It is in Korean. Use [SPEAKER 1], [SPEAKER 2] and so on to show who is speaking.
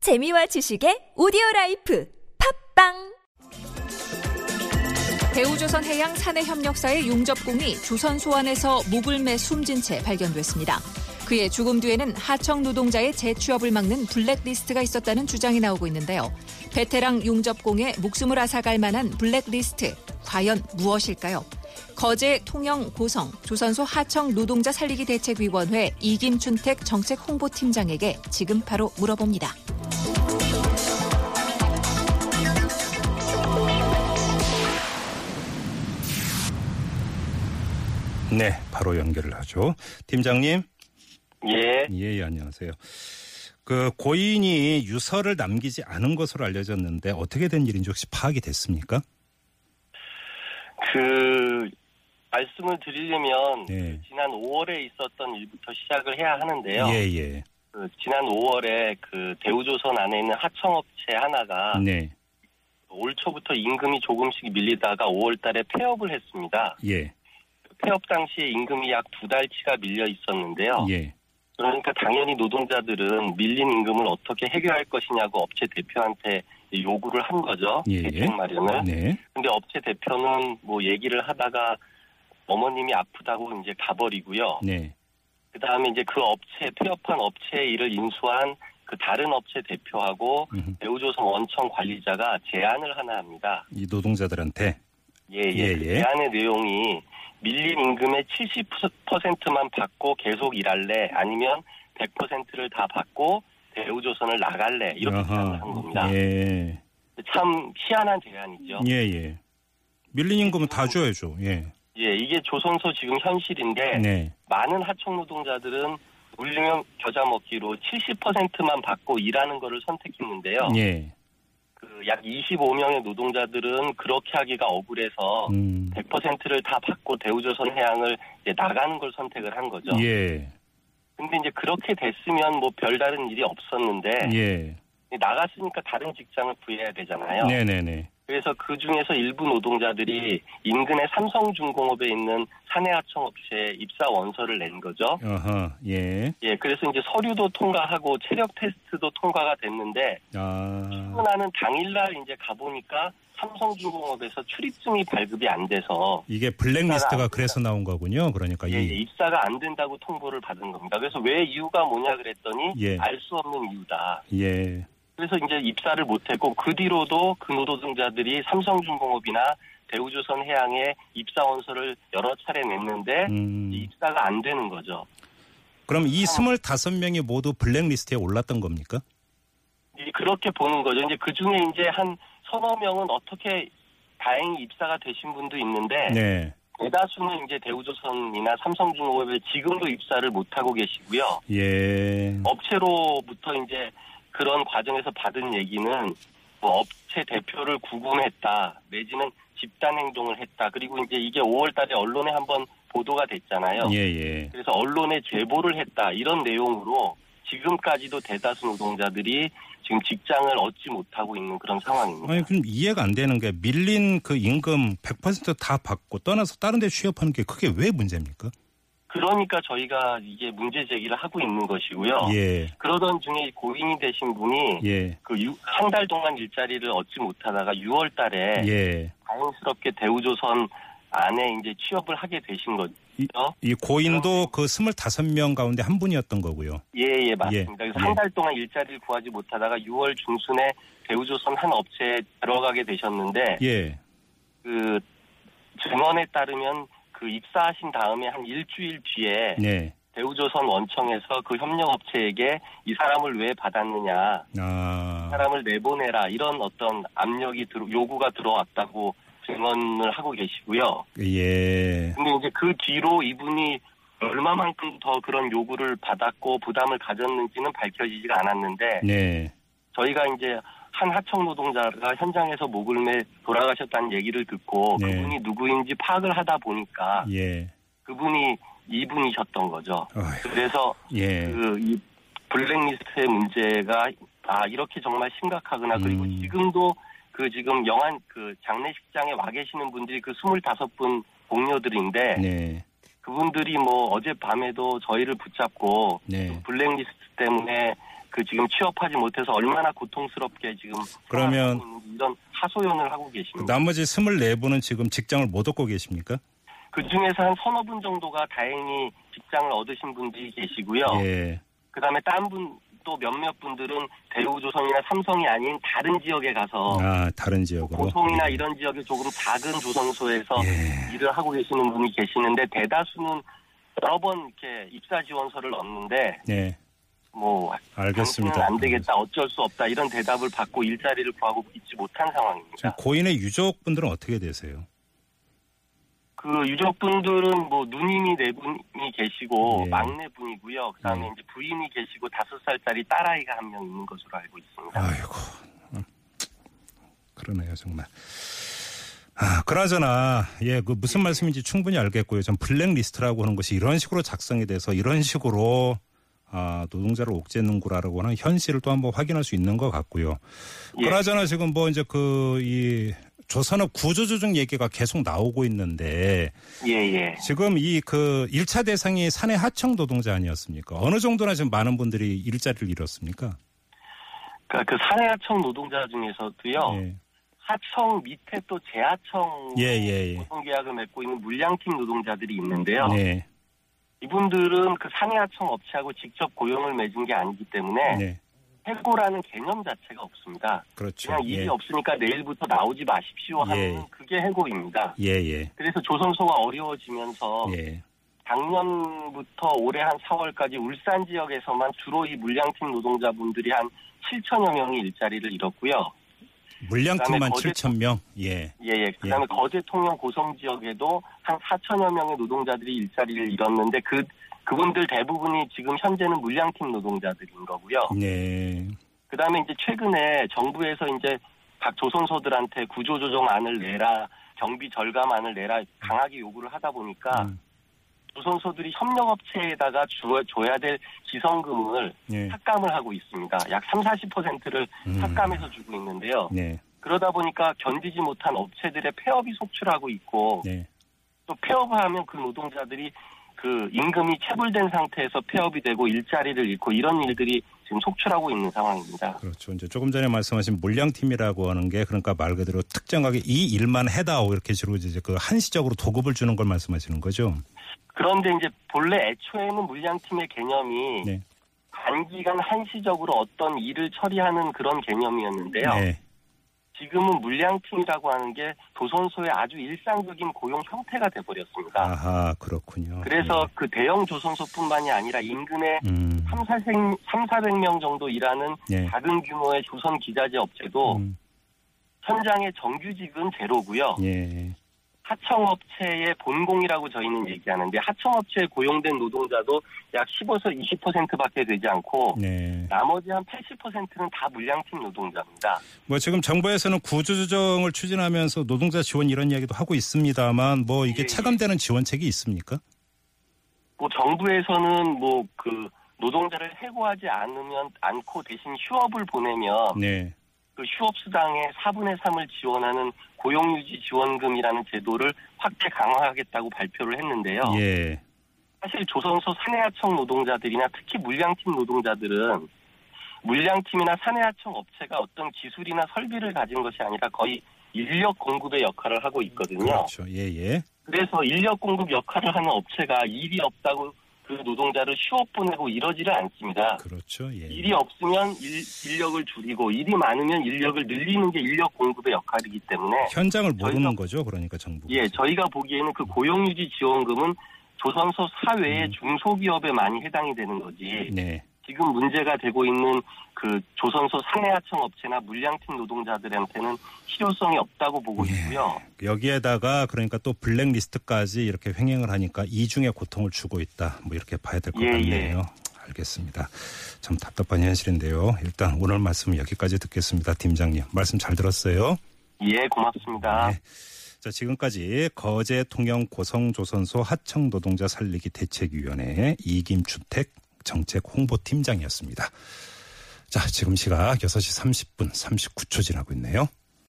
[SPEAKER 1] 재미와 지식의 오디오 라이프 팝빵
[SPEAKER 2] 대우조선해양 사내협력사의 용접공이 조선 소안에서 목을 매 숨진 채 발견됐습니다. 그의 죽음 뒤에는 하청 노동자의 재취업을 막는 블랙리스트가 있었다는 주장이 나오고 있는데요. 베테랑 용접공의 목숨을 앗아갈 만한 블랙리스트 과연 무엇일까요? 거제 통영 고성 조선소 하청 노동자 살리기 대책위원회 이김춘택 정책 홍보팀장에게 지금 바로 물어봅니다.
[SPEAKER 3] 네, 바로 연결을 하죠. 팀장님,
[SPEAKER 4] 예,
[SPEAKER 3] 예, 예, 안녕하세요. 그 고인이 유서를 남기지 않은 것으로 알려졌는데 어떻게 된 일인지 혹시 파악이 됐습니까?
[SPEAKER 4] 그 말씀을 드리려면
[SPEAKER 3] 예.
[SPEAKER 4] 지난 5월에 있었던 일부터 시작을 해야 하는데요.
[SPEAKER 3] 예, 예.
[SPEAKER 4] 그 지난 5월에 그 대우조선 안에 있는 하청업체 하나가
[SPEAKER 3] 네,
[SPEAKER 4] 올 초부터 임금이 조금씩 밀리다가 5월달에 폐업을 했습니다.
[SPEAKER 3] 예,
[SPEAKER 4] 폐업 당시에 임금이 약 두 달치가 밀려 있었는데요.
[SPEAKER 3] 예,
[SPEAKER 4] 그러니까 당연히 노동자들은 밀린 임금을 어떻게 해결할 것이냐고 업체 대표한테 요구를 한 거죠.
[SPEAKER 3] 예, 예.
[SPEAKER 4] 대책 마련을.
[SPEAKER 3] 네,
[SPEAKER 4] 근데 업체 대표는 뭐 얘기를 하다가 어머님이 아프다고 이제 가버리고요.
[SPEAKER 3] 네,
[SPEAKER 4] 그 다음에 이제 그 업체, 폐업한 업체의 일을 인수한 그 다른 업체 대표하고
[SPEAKER 3] 음,
[SPEAKER 4] 대우조선 원청 관리자가 제안을 하나 합니다.
[SPEAKER 3] 이 노동자들한테
[SPEAKER 4] 예, 예.
[SPEAKER 3] 예,
[SPEAKER 4] 그
[SPEAKER 3] 예.
[SPEAKER 4] 제안의 내용이 밀린 임금의 70%만 받고 계속 일할래 아니면 100%를 다 받고 대우조선을 나갈래 이렇게 제안을 한 겁니다.
[SPEAKER 3] 예,
[SPEAKER 4] 참 희한한 제안이죠.
[SPEAKER 3] 예, 예. 밀린 임금은 다 줘야죠. 예,
[SPEAKER 4] 예, 이게 조선소 지금 현실인데
[SPEAKER 3] 네,
[SPEAKER 4] 많은 하청 노동자들은 물리면 겨자 먹기로 70%만 받고 일하는 것을 선택했는데요.
[SPEAKER 3] 예,
[SPEAKER 4] 그 약 25명의 노동자들은 그렇게 하기가 억울해서
[SPEAKER 3] 음,
[SPEAKER 4] 100%를 다 받고 대우조선 해양을 이제 나가는 걸 선택을 한 거죠.
[SPEAKER 3] 예,
[SPEAKER 4] 근데 이제 그렇게 됐으면 뭐 별다른 일이 없었는데
[SPEAKER 3] 예,
[SPEAKER 4] 나갔으니까 다른 직장을 구해야 되잖아요.
[SPEAKER 3] 네, 네, 네,
[SPEAKER 4] 그래서 그 중에서 일부 노동자들이 인근의 삼성중공업에 있는 사내하청업체에 입사 원서를 낸 거죠.
[SPEAKER 3] 아하, 예,
[SPEAKER 4] 예, 그래서 이제 서류도 통과하고 체력 테스트도 통과가 됐는데
[SPEAKER 3] 아,
[SPEAKER 4] 출근하는 당일날 이제 가보니까 삼성중공업에서 출입증이 발급이 안 돼서
[SPEAKER 3] 이게 블랙리스트가 그래서 나온 거군요. 그러니까
[SPEAKER 4] 예, 예,
[SPEAKER 3] 이,
[SPEAKER 4] 입사가 안 된다고 통보를 받은 겁니다. 그래서 왜 이유가 뭐냐 그랬더니
[SPEAKER 3] 예.
[SPEAKER 4] 알 수 없는 이유다.
[SPEAKER 3] 예.
[SPEAKER 4] 그래서 이제 입사를 못했고 그 뒤로도 그 노동자들이 삼성중공업이나 대우조선 해양에 입사 원서를 여러 차례 냈는데
[SPEAKER 3] 음.
[SPEAKER 4] 입사가 안 되는 거죠.
[SPEAKER 3] 그럼 이 25명이 모두 블랙리스트에 올랐던 겁니까?
[SPEAKER 4] 이- 그렇게 보는 거죠. 이제 그 중에 이제 한 서너 명은 어떻게 다행히 입사가 되신 분도 있는데
[SPEAKER 3] 네.
[SPEAKER 4] 대다수는 이제 대우조선이나 삼성중공업에 지금도 입사를 못 하고 계시고요.
[SPEAKER 3] 예.
[SPEAKER 4] 업체로부터 이제 그런 과정에서 받은 얘기는 뭐 업체 대표를 구금했다 내지는 집단 행동을 했다 그리고 이제 이게 5월달에 언론에 한번 보도가 됐잖아요.
[SPEAKER 3] 예, 예.
[SPEAKER 4] 그래서 언론에 제보를 했다 이런 내용으로 지금까지도 대다수 노동자들이 지금 직장을 얻지 못하고 있는 그런 상황입니다.
[SPEAKER 3] 아니, 그럼 이해가 안 되는 게 밀린 그 임금 100%다 받고 떠나서 다른 데 취업하는 게 그게 왜 문제입니까?
[SPEAKER 4] 그러니까 저희가 이게 문제 제기를 하고 있는 것이고요.
[SPEAKER 3] 예.
[SPEAKER 4] 그러던 중에 고인이 되신 분이
[SPEAKER 3] 예.
[SPEAKER 4] 그한 달 동안 일자리를 얻지 못하다가 6월달에
[SPEAKER 3] 예.
[SPEAKER 4] 자연스럽게 대우조선 안에 이제 취업을 하게 되신 거죠.
[SPEAKER 3] 이- 이 고인도 그 25명 가운데 한 분이었던 거고요.
[SPEAKER 4] 예, 예, 맞습니다.
[SPEAKER 3] 예,
[SPEAKER 4] 그래서
[SPEAKER 3] 예.
[SPEAKER 4] 한 달 동안 일자리를 구하지 못하다가 6월 중순에 대우조선 한 업체에 들어가게 되셨는데
[SPEAKER 3] 예.
[SPEAKER 4] 그 증언에 따르면 그 입사하신 다음에 한 일주일 뒤에
[SPEAKER 3] 네.
[SPEAKER 4] 대우조선 원청에서 그 협력업체에게 이 사람을 왜 받았느냐, 이
[SPEAKER 3] 아.
[SPEAKER 4] 사람을 내보내라 이런 어떤 압력이 들어, 요구가 들어왔다고 증언을 하고 계시고요.
[SPEAKER 3] 예.
[SPEAKER 4] 근데 이제 그 뒤로 이분이 얼마만큼 더 그런 요구를 받았고 부담을 가졌는지는 밝혀지지가 않았는데
[SPEAKER 3] 네.
[SPEAKER 4] 저희가 이제 한 하청 노동자가 현장에서 목을 매 돌아가셨다는 얘기를 듣고
[SPEAKER 3] 네.
[SPEAKER 4] 그분이 누구인지 파악을 하다 보니까
[SPEAKER 3] 예.
[SPEAKER 4] 그분이 이분이셨던 거죠.
[SPEAKER 3] 어휴,
[SPEAKER 4] 그래서
[SPEAKER 3] 예.
[SPEAKER 4] 그 이 블랙리스트의 문제가 아 이렇게 정말 심각하구나 그리고
[SPEAKER 3] 음.
[SPEAKER 4] 지금도 그 지금 영안 그 장례식장에 와 계시는 분들이 그 25분 동료들인데
[SPEAKER 3] 네.
[SPEAKER 4] 그분들이 뭐 어젯밤에도 저희를 붙잡고
[SPEAKER 3] 네.
[SPEAKER 4] 블랙리스트 때문에 그 지금 취업하지 못해서 얼마나 고통스럽게 지금
[SPEAKER 3] 그러면
[SPEAKER 4] 살아가고 있는지 이런 하소연을 하고 계십니다.
[SPEAKER 3] 그 나머지 24분은 지금 직장을 못 얻고 계십니까?
[SPEAKER 4] 그 중에서 한 서너 분 정도가 다행히 직장을 얻으신 분들이 계시고요.
[SPEAKER 3] 예.
[SPEAKER 4] 그 다음에 딴 분, 또 몇몇 분들은 대우조선이나 삼성이 아닌 다른 지역에 가서
[SPEAKER 3] 아, 다른 지역으로.
[SPEAKER 4] 어. 고성이나 이런 지역에 조금 작은 조선소에서
[SPEAKER 3] 예.
[SPEAKER 4] 일을 하고 계시는 분이 계시는데 대다수는 여러 번 이렇게 입사 지원서를 얻는데
[SPEAKER 3] 예.
[SPEAKER 4] 뭐
[SPEAKER 3] 알겠습니다.
[SPEAKER 4] 당신은 안 되겠다 어쩔 수 없다 이런 대답을 받고 일자리를 구하고 있지 못한
[SPEAKER 3] 지금
[SPEAKER 4] 상황입니다.
[SPEAKER 3] 고인의 유족분들은 어떻게 되세요?
[SPEAKER 4] 그 유족분들은 뭐 누님이 네 분이 계시고
[SPEAKER 3] 예.
[SPEAKER 4] 막내 분이고요. 그다음에
[SPEAKER 3] 예.
[SPEAKER 4] 이제 부인이 계시고 다섯 살짜리 딸아이가 한 명 있는 것으로 알고 있습니다.
[SPEAKER 3] 아이고. 음, 그러네요, 정말. 아, 그나저나, 예, 그 무슨 말씀인지 충분히 알겠고요. 전 블랙리스트라고 하는 것이 이런 식으로 작성이 돼서 이런 식으로 아, 노동자를 옥죄는구라라고 하는 현실을 또 한번 확인할 수 있는 것 같고요.
[SPEAKER 4] 예.
[SPEAKER 3] 그나저나 지금 뭐 이제 그, 이, 조산업 구조조정 얘기가 계속 나오고 있는데
[SPEAKER 4] 예예.
[SPEAKER 3] 지금 이 그 일차 대상이 사내 하청 노동자 아니었습니까? 어느 정도나 지금 많은 분들이 일자리를 잃었습니까?
[SPEAKER 4] 그러니까 그 사내하청 노동자 중에서도요.
[SPEAKER 3] 예.
[SPEAKER 4] 하청 밑에 또 재하청
[SPEAKER 3] 예, 예, 예.
[SPEAKER 4] 노동계약을 맺고 있는 물량팀 노동자들이 있는데요.
[SPEAKER 3] 네.
[SPEAKER 4] 이분들은 그 상해하청 업체하고 직접 고용을 맺은 게 아니기 때문에
[SPEAKER 3] 네.
[SPEAKER 4] 해고라는 개념 자체가 없습니다.
[SPEAKER 3] 그렇죠.
[SPEAKER 4] 그냥 일이
[SPEAKER 3] 예.
[SPEAKER 4] 없으니까 내일부터 나오지 마십시오 하는
[SPEAKER 3] 예.
[SPEAKER 4] 그게 해고입니다.
[SPEAKER 3] 예, 예.
[SPEAKER 4] 그래서 조선소가 어려워지면서
[SPEAKER 3] 예.
[SPEAKER 4] 작년부터 올해 한 4월까지 울산 지역에서만 주로 이 물량팀 노동자분들이 한 7천여 명이 일자리를 잃었고요.
[SPEAKER 3] 물량팀만
[SPEAKER 4] 거제-
[SPEAKER 3] 7천 명. 예.
[SPEAKER 4] 예예. 그다음에
[SPEAKER 3] 예.
[SPEAKER 4] 거제 통영 고성 지역에도 한 4천여 명의 노동자들이 일자리를 잃었는데 그 그분들 대부분이 지금 현재는 물량팀 노동자들인 거고요.
[SPEAKER 3] 네.
[SPEAKER 4] 그다음에 이제 최근에 정부에서 이제 각 조선소들한테 구조조정안을 내라, 경비 절감안을 내라 강하게 요구를 하다 보니까
[SPEAKER 3] 음.
[SPEAKER 4] 조선소들이 협력업체에다가 주, 줘야 될 지성금을
[SPEAKER 3] 예.
[SPEAKER 4] 삭감을 하고 있습니다. 약 3, 40%를
[SPEAKER 3] 음.
[SPEAKER 4] 삭감해서 주고 있는데요.
[SPEAKER 3] 네.
[SPEAKER 4] 그러다 보니까 견디지 못한 업체들의 폐업이 속출하고 있고
[SPEAKER 3] 네.
[SPEAKER 4] 또 폐업하면 그 노동자들이 그 임금이 체불된 상태에서 폐업이 되고 일자리를 잃고 이런 일들이 지금 속출하고 있는 상황입니다.
[SPEAKER 3] 그렇죠. 이제 조금 전에 말씀하신 물량팀이라고 하는 게 그러니까 말 그대로 특정하게 이 일만 해다오 이렇게 주로 이제 그 한시적으로 도급을 주는 걸 말씀하시는 거죠.
[SPEAKER 4] 그런데 이제 본래 애초에는 물량팀의 개념이
[SPEAKER 3] 네.
[SPEAKER 4] 단기간 한시적으로 어떤 일을 처리하는 그런 개념이었는데요.
[SPEAKER 3] 네.
[SPEAKER 4] 지금은 물량팀이라고 하는 게 조선소의 아주 일상적인 고용 형태가 돼버렸습니다.
[SPEAKER 3] 아하, 그렇군요.
[SPEAKER 4] 그래서 그 대형 조선소뿐만이 아니라 인근에
[SPEAKER 3] 예. 음.
[SPEAKER 4] 3, 400, 3, 400명 정도 일하는
[SPEAKER 3] 예.
[SPEAKER 4] 작은 규모의 조선 기자재 업체도
[SPEAKER 3] 음.
[SPEAKER 4] 현장의 정규직은 제로고요.
[SPEAKER 3] 예.
[SPEAKER 4] 하청업체의 본공이라고 저희는 얘기하는데 하청업체에 고용된 노동자도 약 15에서 20%밖에 되지 않고
[SPEAKER 3] 네.
[SPEAKER 4] 나머지 한 80%는 다 물량팀 노동자입니다.
[SPEAKER 3] 뭐 지금 정부에서는 구조조정을 추진하면서 노동자 지원 이런 이야기도 하고 있습니다만 뭐 이게
[SPEAKER 4] 예, 예.
[SPEAKER 3] 체감되는 지원책이 있습니까?
[SPEAKER 4] 뭐 정부에서는 뭐 그 노동자를 해고하지 않으면 않고 대신 휴업을 보내면
[SPEAKER 3] 네.
[SPEAKER 4] 그 휴업수당의 4분의 3을 지원하는 고용유지 지원금이라는 제도를 확대 강화하겠다고 발표를 했는데요.
[SPEAKER 3] 예.
[SPEAKER 4] 사실 조선소 사내하청 노동자들이나 특히 물량팀 노동자들은 물량팀이나 사내하청 업체가 어떤 기술이나 설비를 가진 것이 아니라 거의 인력 공급의 역할을 하고 있거든요.
[SPEAKER 3] 그렇죠. 예, 예.
[SPEAKER 4] 그래서 인력 공급 역할을 하는 업체가 일이 없다고 그 노동자를 휴업 보내고 이러지를 않습니다.
[SPEAKER 3] 그렇죠. 예.
[SPEAKER 4] 아, 일이 없으면 일, 인력을 줄이고 일이 많으면 인력을 늘리는 게 인력 공급의 역할이기 때문에
[SPEAKER 3] 현장을 모르는
[SPEAKER 4] 저희가-
[SPEAKER 3] 거죠. 그러니까 정부가.
[SPEAKER 4] 예 저희가 보기에는 그 고용유지 지원금은 조선소 사회의 중소기업에 많이 해당이 되는 거지
[SPEAKER 3] 네.
[SPEAKER 4] 지금 문제가 되고 있는 그 조선소 사내하청 업체나 물량팀 노동자들한테는 실효성이 없다고 보고
[SPEAKER 3] 예.
[SPEAKER 4] 있고요.
[SPEAKER 3] 여기에다가 그러니까 또 블랙리스트까지 이렇게 횡행을 하니까 이중의 고통을 주고 있다. 뭐 이렇게 봐야 될 것
[SPEAKER 4] 예,
[SPEAKER 3] 같네요. 알겠습니다. 참 답답한 현실인데요. 일단 오늘 말씀 여기까지 듣겠습니다. 팀장님. 말씀 잘 들었어요.
[SPEAKER 4] 예 고맙습니다.
[SPEAKER 3] 네. 자, 지금까지 거제 통영 고성조선소 하청 노동자 살리기 대책위원회 이김주택 정책 홍보팀장이었습니다. 자, 지금 시각 6시 30분 39초 지나고 있네요.